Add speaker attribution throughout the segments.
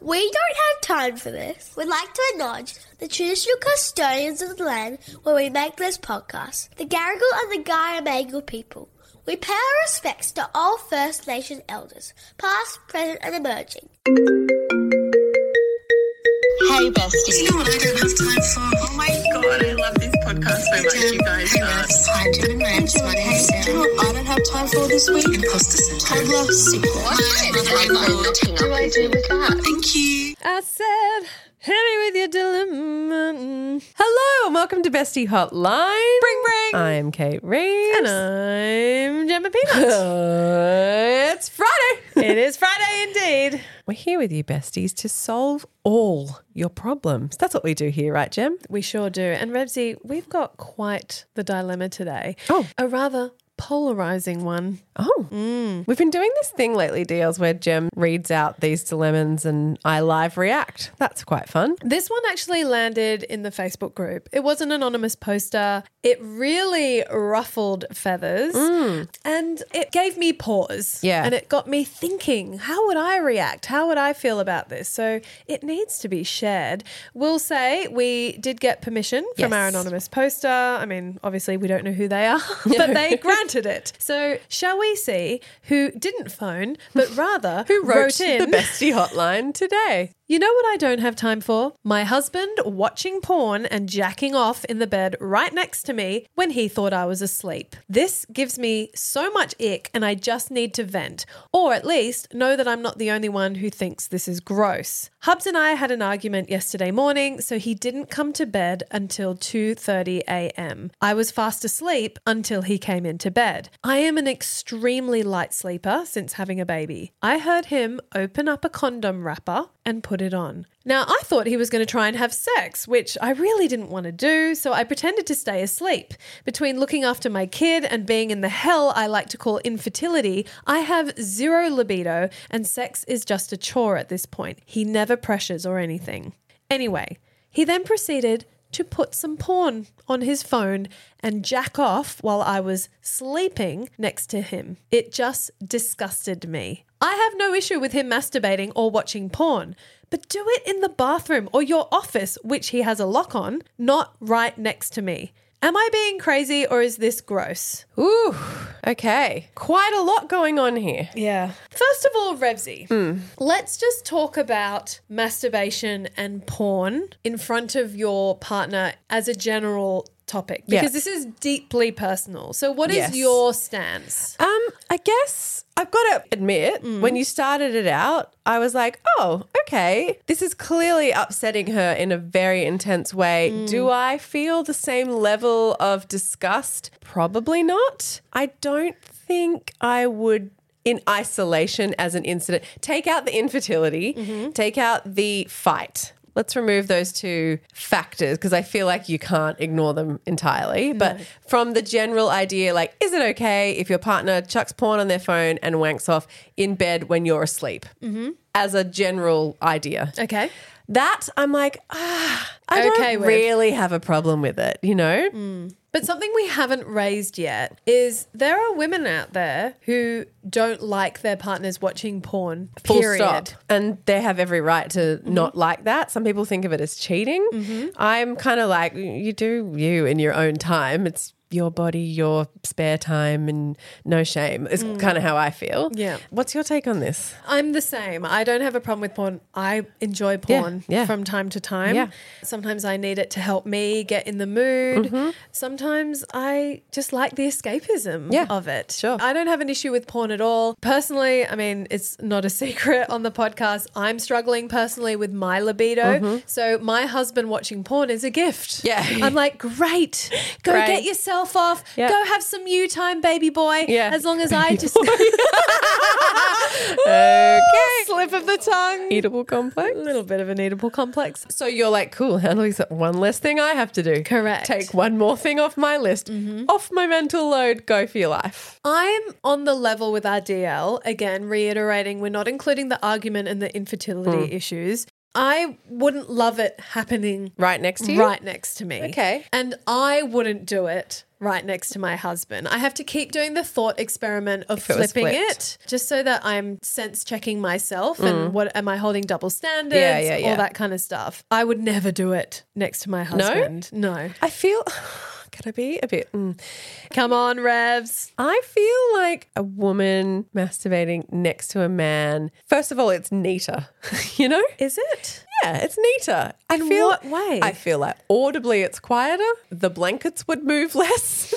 Speaker 1: We don't have time for this. We'd like to acknowledge the traditional custodians of the land where we make this podcast, the Garigal and the Guyamagal people. We pay our respects to all First Nation elders, past, present, and emerging.
Speaker 2: Hey, bestie.
Speaker 3: You know what I don't have time for?
Speaker 2: Oh my god, I love this podcast so much, you guys. Uh,
Speaker 3: Time to romance. My name's
Speaker 4: You know
Speaker 3: Sarah.
Speaker 4: what I don't have time for this week?
Speaker 3: Imposter syndrome.
Speaker 4: Toddler sickness.
Speaker 2: what do I do with that?
Speaker 3: Thank you.
Speaker 5: I said, hit me with your dilemma.
Speaker 6: Hello and welcome to Bestie Hotline.
Speaker 5: Bring, bring.
Speaker 6: I'm Kate Reeves.
Speaker 5: and I'm Gemma Peanut.
Speaker 6: Uh, it's Friday.
Speaker 5: it is Friday indeed.
Speaker 6: We're here with you, besties, to solve all your problems. That's what we do here, right, Gem?
Speaker 5: We sure do. And Rebsy, we've got quite the dilemma today.
Speaker 6: Oh.
Speaker 5: A rather polarizing one.
Speaker 6: Oh, we've been doing this thing lately, deals, where Gem reads out these dilemmas and I live react. That's quite fun.
Speaker 5: This one actually landed in the Facebook group. It was an anonymous poster. It really ruffled feathers and it gave me pause.
Speaker 6: Mm. Yeah.
Speaker 5: And it got me thinking how would I react? How would I feel about this? So it needs to be shared. We'll say we did get permission from
Speaker 6: Yes.
Speaker 5: our anonymous poster. I mean, obviously, we don't know who they are, but they granted it. So shall we see who didn't phone, but rather
Speaker 6: Who wrote,
Speaker 5: in
Speaker 6: the Bestie Hotline today?
Speaker 5: you know what I don't have time for? My husband watching porn and jacking off in the bed right next to me when he thought I was asleep. This gives me so much ick and I just need to vent, or at least know that I'm not the only one who thinks this is gross. Hubs and I had an argument yesterday morning, so he didn't come to bed until 2:30 a.m. I was fast asleep until he came into bed. I am an extremely light sleeper since having a baby. I heard him open up a condom wrapper and put it on. Now, I thought he was going to try and have sex, which I really didn't want to do, so I pretended to stay asleep. Between looking after my kid and being in the hell I like to call infertility, I have zero libido, and sex is just a chore at this point. He never pressures or anything. Anyway, he then proceeded to put some porn on his phone and jack off while I was sleeping next to him. It just disgusted me. I have no issue with him masturbating or watching porn, but do it in the bathroom or your office, which he has a lock on, not right next to me. Am I being crazy or is this gross?
Speaker 6: Ooh, okay. Quite a lot going on here.
Speaker 5: Yeah. First of all, Revsy,
Speaker 6: Hmm.
Speaker 5: let's just talk about masturbation and porn in front of your partner as a general topic because
Speaker 6: Yes.
Speaker 5: this is deeply personal. So, what is
Speaker 6: Yes.
Speaker 5: your stance?
Speaker 6: Um, I guess I've got to admit, when you started it out, I was like, oh, okay, this is clearly upsetting her in a very intense way. Do I feel the same level of disgust? Probably not. I don't think I would. In isolation as an incident, take out the infertility, take out the fight. Let's remove those two factors because I feel like you can't ignore them entirely. But from the general idea, like, is it okay if your partner chucks porn on their phone and wanks off in bed when you're asleep? Mm-hmm. As a general idea.
Speaker 5: Okay.
Speaker 6: That I'm like, ah, I
Speaker 5: Okay
Speaker 6: don't
Speaker 5: with.
Speaker 6: really have a problem with it, you know?
Speaker 5: But something we haven't raised yet is there are women out there who don't like their partners watching porn.
Speaker 6: Full
Speaker 5: period.
Speaker 6: stop. And they have every right to not like that. Some people think of it as cheating. I'm kind of like, you do you in your own time. It's your body, your spare time, and no shame is kind of how I feel.
Speaker 5: Yeah.
Speaker 6: What's your take on this?
Speaker 5: I'm the same. I don't have a problem with porn. I enjoy porn
Speaker 6: yeah.
Speaker 5: from time to time.
Speaker 6: Yeah.
Speaker 5: Sometimes I need it to help me get in the mood.
Speaker 6: Mm-hmm.
Speaker 5: Sometimes I just like the escapism
Speaker 6: Yeah,
Speaker 5: of it.
Speaker 6: sure.
Speaker 5: I don't have an issue with porn at all. Personally, I mean, it's not a secret on the podcast. I'm struggling personally with my libido. So my husband watching porn is a gift.
Speaker 6: Mm-hmm. Yeah.
Speaker 5: I'm like, great. Go
Speaker 6: Great.
Speaker 5: get yourself off.
Speaker 6: Yeah.
Speaker 5: Go have some you time, baby boy.
Speaker 6: Yeah.
Speaker 5: As long as I just
Speaker 6: Okay.
Speaker 5: slip of the tongue.
Speaker 6: Eatable complex.
Speaker 5: A little bit of an eatable complex.
Speaker 6: Mm. So you're like, cool, handling one less thing I have to do.
Speaker 5: Correct.
Speaker 6: Take one more thing off my list, off my mental load, go for your life.
Speaker 5: I'm on the level with our DL. Again, reiterating, we're not including the argument and the infertility
Speaker 6: Hmm.
Speaker 5: issues. I wouldn't love it happening
Speaker 6: Right next to you?
Speaker 5: right next to me.
Speaker 6: Okay.
Speaker 5: And I wouldn't do it right next to my husband. I have to keep doing the thought experiment of
Speaker 6: it was
Speaker 5: flipping it
Speaker 6: flipped. Mm.
Speaker 5: just so that I'm sense checking myself and what am I holding double standards,
Speaker 6: Yeah, yeah, yeah.
Speaker 5: all that kind of stuff. I would never do it next to my husband. No.
Speaker 6: I feel. Can I be a bit? mm.
Speaker 5: Come on, Revs.
Speaker 6: I feel like a woman masturbating next to a man. First of all, it's neater, you know?
Speaker 5: Is it?
Speaker 6: Yeah, it's neater. I
Speaker 5: In
Speaker 6: feel
Speaker 5: what way?
Speaker 6: I feel like audibly it's quieter. The blankets would move less.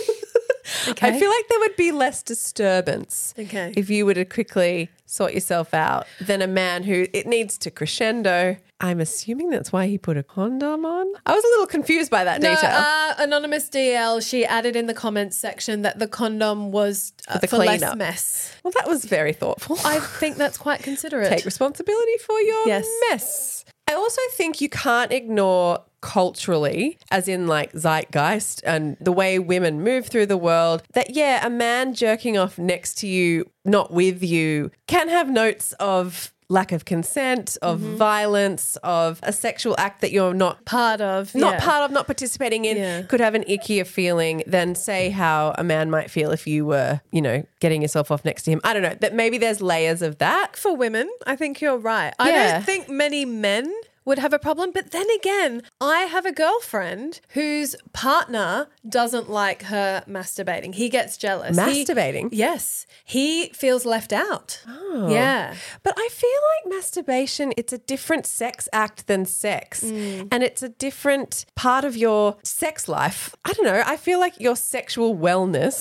Speaker 5: Okay.
Speaker 6: I feel like there would be less disturbance
Speaker 5: Okay.
Speaker 6: if you were to quickly sort yourself out than a man who it needs to crescendo. I'm assuming that's why he put a condom on. I was a little confused by that
Speaker 5: No,
Speaker 6: detail.
Speaker 5: uh, anonymous DL. She added in the comments section that the condom was uh,
Speaker 6: For the
Speaker 5: for less
Speaker 6: cleanup.
Speaker 5: mess.
Speaker 6: well, that was very thoughtful.
Speaker 5: I think that's quite considerate.
Speaker 6: Take responsibility for your
Speaker 5: Yes.
Speaker 6: mess. I also think you can't ignore culturally, as in like zeitgeist and the way women move through the world, that yeah, a man jerking off next to you, not with you, can have notes of lack of consent, of
Speaker 5: Mm-hmm.
Speaker 6: violence, of a sexual act that you're not
Speaker 5: part of
Speaker 6: not
Speaker 5: yeah.
Speaker 6: part of, not participating in,
Speaker 5: Yeah.
Speaker 6: could have an ickier feeling than say how a man might feel if you were, you know, getting yourself off next to him. I don't know. That maybe there's layers of that.
Speaker 5: for women. I think you're right. I
Speaker 6: Yeah.
Speaker 5: don't think many men would have a problem. But then again, I have a girlfriend whose partner doesn't like her masturbating. He gets jealous. He-
Speaker 6: Masturbating?
Speaker 5: yes. He feels left out. Oh. Yeah.
Speaker 6: But I feel like masturbation, it's a different sex act than sex. And it's a different part of your sex life. I don't know. I feel like your sexual wellness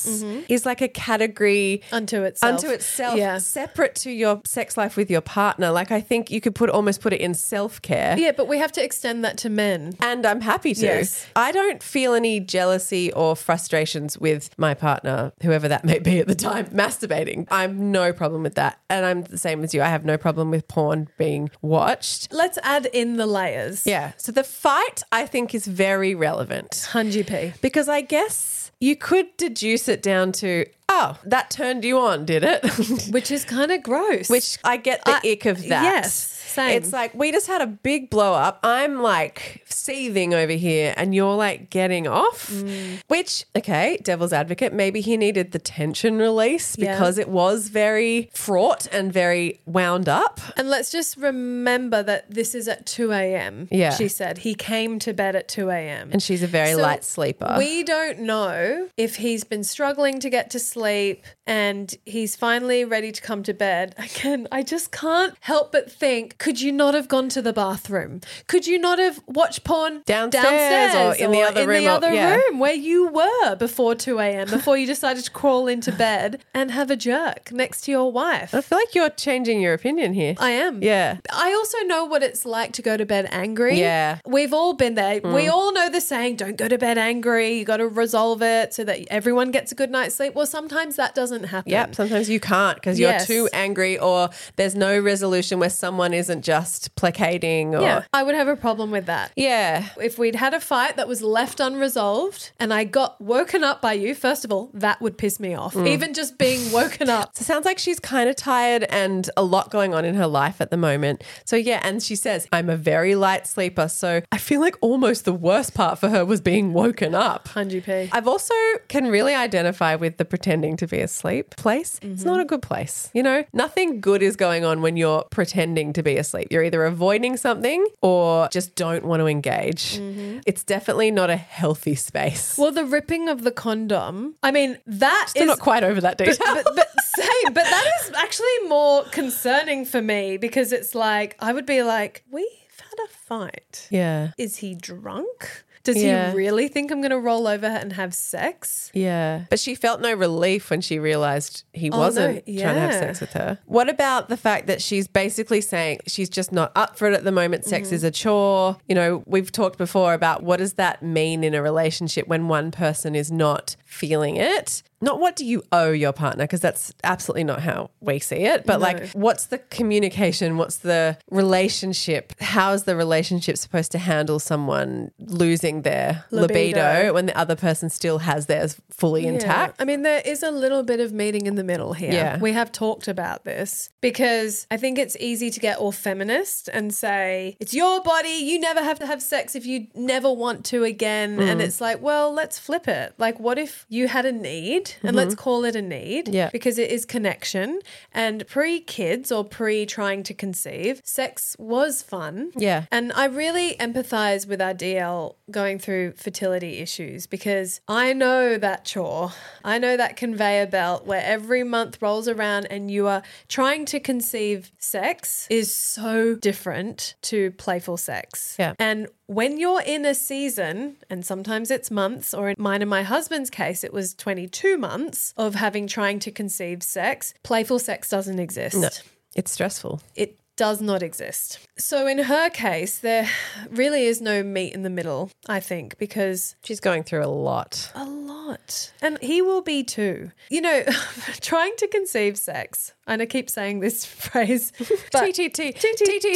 Speaker 6: is like a category
Speaker 5: Unto itself.
Speaker 6: Unto itself.
Speaker 5: Yeah.
Speaker 6: Separate to your sex life with your partner. Like I think you could put almost put it in self care.
Speaker 5: Yeah, but we have to extend that to men.
Speaker 6: And I'm happy to.
Speaker 5: Yes.
Speaker 6: I don't feel any jealousy or frustrations with my partner, whoever that may be at the time, masturbating. I'm no problem with that. And I'm the same as you. I have no problem with porn being watched.
Speaker 5: Let's add in the layers.
Speaker 6: Yeah. So the fight, I think, is very relevant
Speaker 5: Hunji P.
Speaker 6: because I guess you could deduce it down to, oh, that turned you on, did it?
Speaker 5: Which is kind of gross.
Speaker 6: Which I get the
Speaker 5: I-
Speaker 6: ick of that.
Speaker 5: yes, same.
Speaker 6: It's like we just had a big blow up. I'm like seething over here, and you're like getting off.
Speaker 5: Mm.
Speaker 6: Which, okay, devil's advocate, maybe he needed the tension release
Speaker 5: Yeah.
Speaker 6: because it was very fraught and very wound up.
Speaker 5: And let's just remember that this is at 2 a.m.
Speaker 6: Yeah.
Speaker 5: She said he came to bed at 2 a.m.
Speaker 6: And she's a very
Speaker 5: So
Speaker 6: light sleeper.
Speaker 5: We don't know if he's been struggling to get to sleep and he's finally ready to come to bed. Again, I just can't help but think could you not have gone to the bathroom? Could you not have watched porn
Speaker 6: Downstairs or in the other
Speaker 5: in
Speaker 6: room
Speaker 5: The
Speaker 6: or-
Speaker 5: other
Speaker 6: yeah.
Speaker 5: room where you were before 2 a.m., before you decided to crawl into bed and have a jerk next to your wife.
Speaker 6: I feel like you're changing your opinion here.
Speaker 5: I am.
Speaker 6: Yeah.
Speaker 5: I also know what it's like to go to bed angry.
Speaker 6: Yeah. Mm.
Speaker 5: We've all been there. We all know the saying, don't go to bed angry. You got to resolve it so that everyone gets a good night's sleep. Well, sometimes that doesn't happen.
Speaker 6: Yep, sometimes you can't because you're
Speaker 5: Yes.
Speaker 6: too angry or there's no resolution where someone isn't just placating or
Speaker 5: Yeah. I would have a problem with that.
Speaker 6: Yeah.
Speaker 5: If we'd had a fight that was left unresolved and I got woken up by you, first of all, that would piss me off.
Speaker 6: Mm.
Speaker 5: Even just being woken up.
Speaker 6: So it sounds like she's kind of tired and a lot going on in her life at the moment. So yeah, and she says, I'm a very light sleeper. So I feel like almost the worst part for her was being woken up.
Speaker 5: 100p.
Speaker 6: I've also can really identify with the pretending to be asleep place. It's not a good place. You know, nothing good is going on when you're pretending to be asleep. You're either avoiding something or just don't want to engage.
Speaker 5: Mm-hmm.
Speaker 6: It's definitely not a healthy space.
Speaker 5: Well, the ripping of the condom. I mean, that
Speaker 6: Still
Speaker 5: is
Speaker 6: not quite over that detail.
Speaker 5: but, but same. But that is actually more concerning for me because it's like I would be like, we've had a fight.
Speaker 6: yeah.
Speaker 5: Is he drunk? Does
Speaker 6: Yeah.
Speaker 5: he really think I'm going to roll over and have sex?
Speaker 6: Yeah. Oh, But she felt no relief when she realized he wasn't trying to have
Speaker 5: yeah.
Speaker 6: sex with her. What about the fact that she's basically saying she's just not up for it at the moment? Sex is a chore. You know, we've talked before about what does that mean in a relationship when one person is not feeling it? Not what do you owe your partner, because that's absolutely not how we see it, but like what's the communication? What's the relationship? How is the relationship supposed to handle someone losing their libido,
Speaker 5: Libido.
Speaker 6: when the other person still has theirs fully intact?
Speaker 5: I mean, there is a little bit of meeting in the middle here.
Speaker 6: Yeah.
Speaker 5: We have talked about this because I think it's easy to get all feminist and say, it's your body. You
Speaker 6: Mm.
Speaker 5: never have to have sex if you never want to again. And it's like, well, let's flip it. Like, what if if you had a need, and let's call it a need,
Speaker 6: Mm-hmm. Yeah.
Speaker 5: because it is connection, and pre kids or pre trying to conceive, sex was fun.
Speaker 6: Yeah.
Speaker 5: And I really empathize with our DL going through fertility issues because I know that chore. I know that conveyor belt where every month rolls around and you are trying to conceive sex is so different to playful sex.
Speaker 6: Yeah.
Speaker 5: And when you're in a season, and sometimes it's months, or in mine and my husband's case, it was 22 months of having trying to conceive sex, playful sex doesn't exist
Speaker 6: It's stressful.
Speaker 5: it does not exist. So in her case, there really is no meat in the middle, I think, because
Speaker 6: She's going through a lot.
Speaker 5: a lot. And he will be too. You know, trying to conceive sex, and I keep saying this phrase, but
Speaker 6: TTT.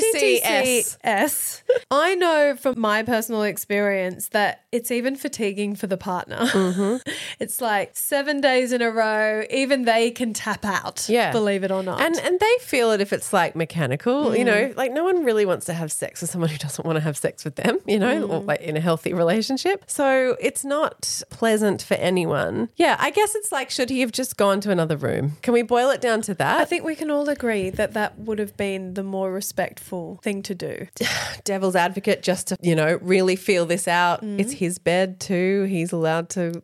Speaker 6: TTCS.
Speaker 5: TTCS. I know from my personal experience that it's even fatiguing for the partner.
Speaker 6: Mm-hmm.
Speaker 5: It's like seven days in a row, even they can tap out,
Speaker 6: Yeah.
Speaker 5: believe it or not.
Speaker 6: And and they feel it if it's like mechanical, you know, like no one really wants to have sex with someone who doesn't want to have sex with them, you know, or like in a healthy relationship. So it's not pleasant for anyone. Yeah, I guess it's like should he have just gone to another room? Can we boil it down to that?
Speaker 5: I think we can all agree that that would have been the more respectful thing to do.
Speaker 6: devil's advocate just to, you know, really feel this out. It's his bed too. He's allowed to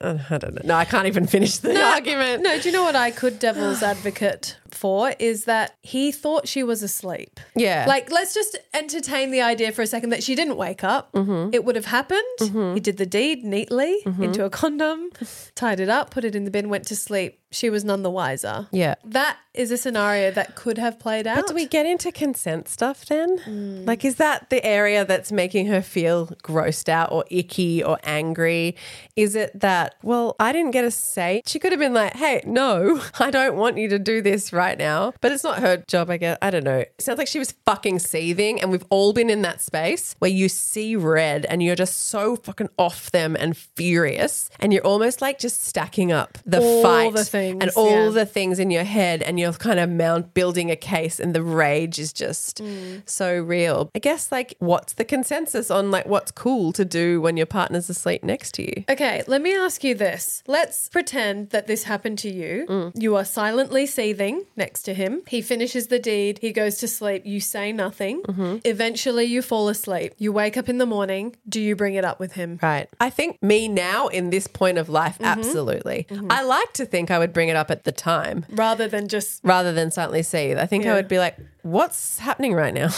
Speaker 6: I don't know. No, I can't even finish the argument.
Speaker 5: No, do you know what I could devil's advocate for is that he thought she was asleep.
Speaker 6: Yeah.
Speaker 5: Like, let's just entertain the idea for a second that she didn't wake up.
Speaker 6: Mm-hmm.
Speaker 5: It would have happened. He did the deed neatly into a condom, tied it up, put it in the bin, went to sleep. She was none the wiser.
Speaker 6: Yeah.
Speaker 5: That is a scenario that could have played out.
Speaker 6: But do we get into consent stuff then? Like, is that the area that's making her feel grossed out or icky or angry? Is it that, well, I didn't get a say? She could have been like, hey, no, I don't want you to do this right now. But it's not her job, I guess. I don't know. It sounds like she was fucking seething. And we've all been in that space where you see red and you're just so fucking off them and furious. And you're almost like just stacking up the
Speaker 5: All
Speaker 6: fight
Speaker 5: the things,
Speaker 6: and all
Speaker 5: yeah.
Speaker 6: the things in your head and you're kind of mount building a case and the rage is just
Speaker 5: Mm.
Speaker 6: so real. I guess like what's the consensus on like what's cool to do when your partner's asleep next to you?
Speaker 5: Okay, let me ask you this. Let's pretend that this happened to you.
Speaker 6: Mm.
Speaker 5: You are silently seething next to him. He finishes the deed. He goes to sleep. You say nothing.
Speaker 6: Mm-hmm.
Speaker 5: Eventually, you fall asleep. You wake up in the morning. Do you bring it up with him?
Speaker 6: Right. I think me now in this point of life,
Speaker 5: Mm-hmm.
Speaker 6: absolutely. I like to think I would bring it up at the time
Speaker 5: Rather than just.
Speaker 6: rather than silently see. I think
Speaker 5: Yeah.
Speaker 6: I would be like, what's happening right now?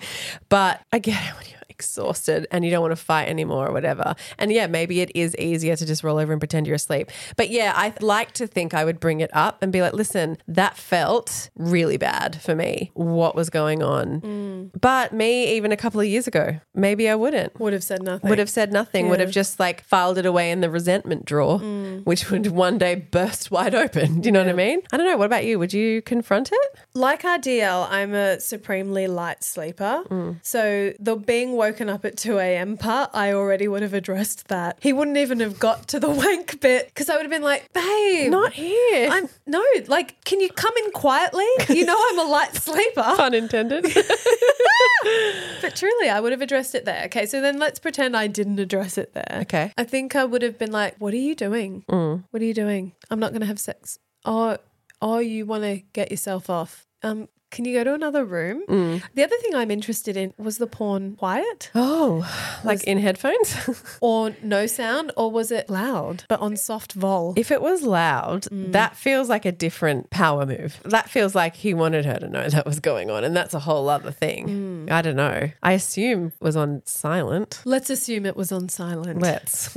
Speaker 6: but I get it when you're exhausted and you don't want to fight anymore or whatever. And yeah, maybe it is easier to just roll over and pretend you're asleep. But yeah, I like to think I would bring it up and be like, listen, that felt really bad for me. What was going on? But me, even a couple of years ago, maybe I wouldn't
Speaker 5: Would have said nothing.
Speaker 6: would have said nothing, would have just like filed it away in the resentment drawer, which would one day burst wide open. Do you know what I mean? I don't know. What about you? Would you confront it?
Speaker 5: Like our DL, I'm a supremely light sleeper.
Speaker 6: Mm.
Speaker 5: So the being woken up at 2 a.m. part, I already would have addressed that. He wouldn't even have got to the wank bit because I would have been like, babe.
Speaker 6: Not here.
Speaker 5: I'm no, like, can you come in quietly? You know I'm a light sleeper.
Speaker 6: pun intended.
Speaker 5: But truly, I would have addressed it there. Okay, so then let's pretend I didn't address it there.
Speaker 6: Okay. Mm.
Speaker 5: I think I would have been like, What are you doing? What are you doing? I'm not gonna have sex. Oh oh you wanna get yourself off. Um can you go to another room?
Speaker 6: Mm.
Speaker 5: The other thing I'm interested in was the porn quiet
Speaker 6: oh, like in headphones?
Speaker 5: or no sound, or was it loud but on soft vol?
Speaker 6: if it was loud, that feels like a different power move. That feels like he wanted her to know that was going on. And that's a whole other thing. I don't know. I assume it was on silent.
Speaker 5: Let's assume it was on silent.
Speaker 6: Let's.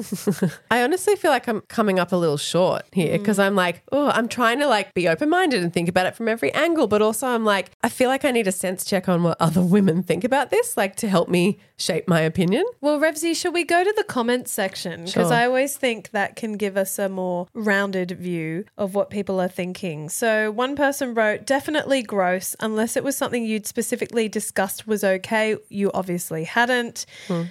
Speaker 6: I honestly feel like I'm coming up a little short here because I'm like, oh, I'm trying to like be open minded and think about it from every angle, but also I'm like, I feel like I need a sense check on what other women think about this, like to help me shape my opinion.
Speaker 5: Well, Revsy, shall we go to the comments section? Because
Speaker 6: Sure.
Speaker 5: I always think that can give us a more rounded view of what people are thinking. So, one person wrote, definitely gross, unless it was something you'd specifically discussed was okay. You obviously hadn't.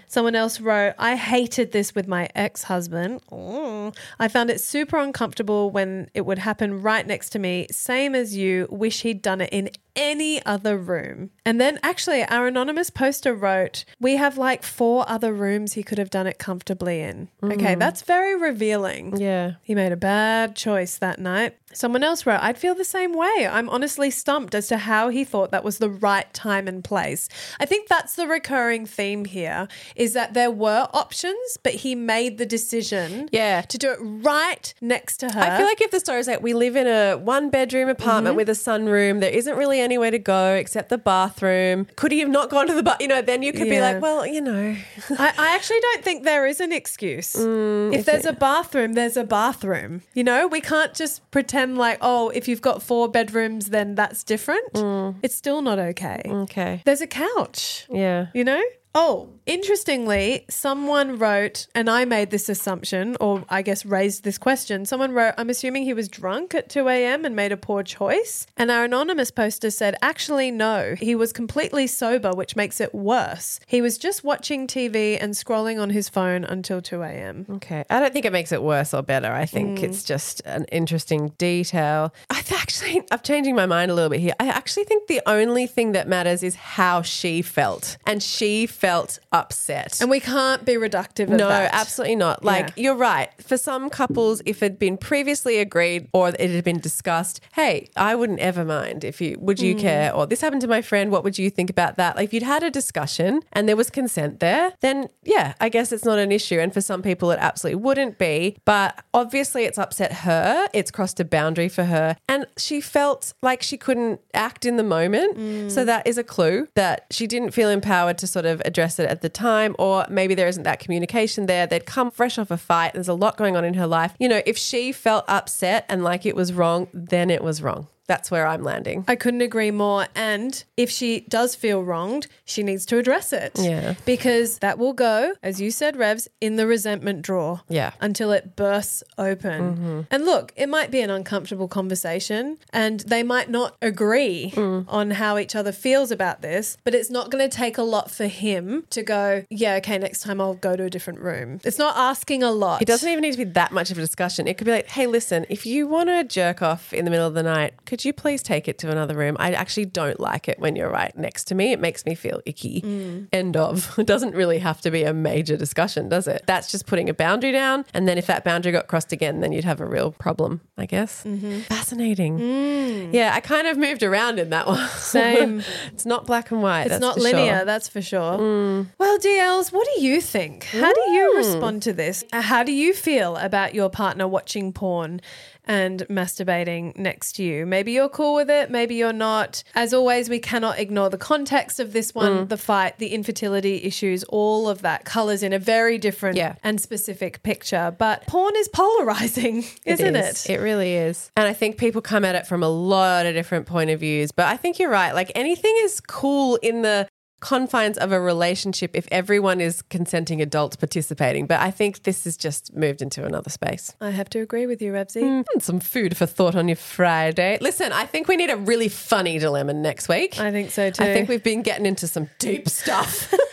Speaker 5: Someone else wrote, I hated this with my ex husband. Mm. I found it super uncomfortable when it would happen right next to me. Same as you. Wish he'd done it in any other room. And then actually, our anonymous poster wrote, We have like four other rooms he could have done it comfortably in. Okay, that's very revealing.
Speaker 6: Yeah.
Speaker 5: He made a bad choice that night. Someone else wrote, I'd feel the same way. I'm honestly stumped as to how he thought that was the right time and place. I think that's the recurring theme here is that there were options, but he made the decision
Speaker 6: Yeah.
Speaker 5: to do it right next to her.
Speaker 6: I feel like if the story's like we live in a one bedroom apartment with a sunroom, there isn't really anywhere to go except the bathroom. Could he have not gone to the bath? You know, then you could be
Speaker 5: Yeah.
Speaker 6: like, well, you know,
Speaker 5: I, I actually don't think there is an excuse.
Speaker 6: Mm,
Speaker 5: if there's a bathroom, there's a bathroom. You know, we can't just pretend like, oh, if you've got four bedrooms, then that's different.
Speaker 6: Mm.
Speaker 5: It's still not okay.
Speaker 6: okay,
Speaker 5: There's a couch.
Speaker 6: yeah,
Speaker 5: You know? Oh, interestingly, someone wrote, and I made this assumption, or I guess raised this question. Someone wrote, I'm assuming he was drunk at 2 a.m. and made a poor choice. And our anonymous poster said, actually, no, he was completely sober, which makes it worse. He was just watching TV and scrolling on his phone until 2 a.m.
Speaker 6: okay. I don't think it makes it worse or better. I think it's just an interesting detail. I th- actually, I'm changing my mind a little bit here. I actually think the only thing that matters is how she felt, and she felt upset.
Speaker 5: And we can't be reductive of
Speaker 6: No,
Speaker 5: that.
Speaker 6: absolutely not. Like
Speaker 5: Yeah.
Speaker 6: you're right. For some couples, if it had been previously agreed or it had been discussed, hey, I wouldn't ever mind if you would
Speaker 5: Mm.
Speaker 6: you care or this happened to my friend. What would you think about that? Like if you'd had a discussion and there was consent there, then yeah, I guess it's not an issue. And for some people, it absolutely wouldn't be. But obviously, it's upset her. It's crossed a boundary for her, and she felt like she couldn't act in the moment. So that is a clue that she didn't feel empowered to sort of address it at the time, or maybe there isn't that communication there. They'd come fresh off a fight. There's a lot going on in her life. You know, if she felt upset and like it was wrong, then it was wrong. That's where I'm landing.
Speaker 5: I couldn't agree more. And if she does feel wronged, she needs to address it.
Speaker 6: Yeah.
Speaker 5: Because that will go, as you said, Revs, in the resentment drawer.
Speaker 6: Yeah. Mm-hmm.
Speaker 5: Until it bursts open. And look, it might be an uncomfortable conversation and they might not agree
Speaker 6: Mm.
Speaker 5: on how each other feels about this, but it's not going to take a lot for him to go, yeah, okay, next time I'll go to a different room. It's not asking a lot.
Speaker 6: It doesn't even need to be that much of a discussion. It could be like, hey, listen, if you want to jerk off in the middle of the night, could you please take it to another room? I actually don't like it when you're right next to me. It makes me feel icky.
Speaker 5: Mm.
Speaker 6: End of. It doesn't really have to be a major discussion, does it? That's just putting a boundary down. And then if that boundary got crossed again, then you'd have a real problem, I guess.
Speaker 5: Mm-hmm.
Speaker 6: Fascinating. Yeah, I kind of moved around in that one.
Speaker 5: Mm. Same.
Speaker 6: it's not black and white.
Speaker 5: It's
Speaker 6: that's
Speaker 5: not
Speaker 6: for sure. Mm.
Speaker 5: linear, that's for sure. Well, DLs, what do you think? How do you respond to this? Uh, How do you feel about your partner watching porn and masturbating next to you? Maybe you're cool with it, maybe you're not. As always, we cannot ignore the context of this one,
Speaker 6: Mm.
Speaker 5: the fight, the infertility issues, all of that colors in a very different
Speaker 6: Yeah.
Speaker 5: and specific picture. But porn is polarizing, isn't it?
Speaker 6: is. It really is. And I think people come at it from a lot of different point of views. But I think you're right. Like anything is cool in the confines of a relationship if everyone is consenting adults participating. But I think this has just moved into another space.
Speaker 5: I have to agree with you, Rebsy.
Speaker 6: And some food for thought on your Friday. Listen, I think we need a really funny dilemma next week.
Speaker 5: I think so too.
Speaker 6: I think we've been getting into some deep stuff.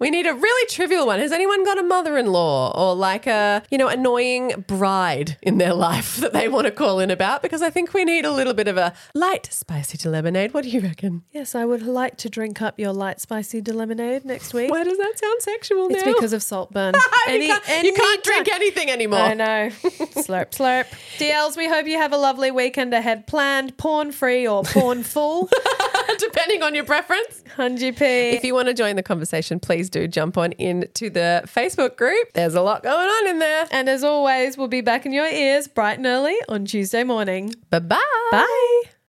Speaker 6: we need a really trivial one. Has anyone got a mother-in-law or like a, you know, annoying bride in their life that they want to call in about? Because I think we need a little bit of a light spicy to lemonade. What do you reckon?
Speaker 5: Yes, I would like to drink up your light spicy de lemonade next week.
Speaker 6: Why does that sound sexual
Speaker 5: It's
Speaker 6: now?
Speaker 5: because of Saltburn. Any-
Speaker 6: you, can't, you
Speaker 5: any
Speaker 6: can't drink
Speaker 5: time-
Speaker 6: anything anymore.
Speaker 5: I know. slurp, slurp. DLs, we hope you have a lovely weekend ahead planned, porn free or porn full.
Speaker 6: Depending on your preference.
Speaker 5: 100p.
Speaker 6: If you want to join the conversation, please do jump on in to the Facebook group. There's a lot going on in there.
Speaker 5: and as always, we'll be back in your ears bright and early on Tuesday morning.
Speaker 6: Bye-bye.
Speaker 5: Bye.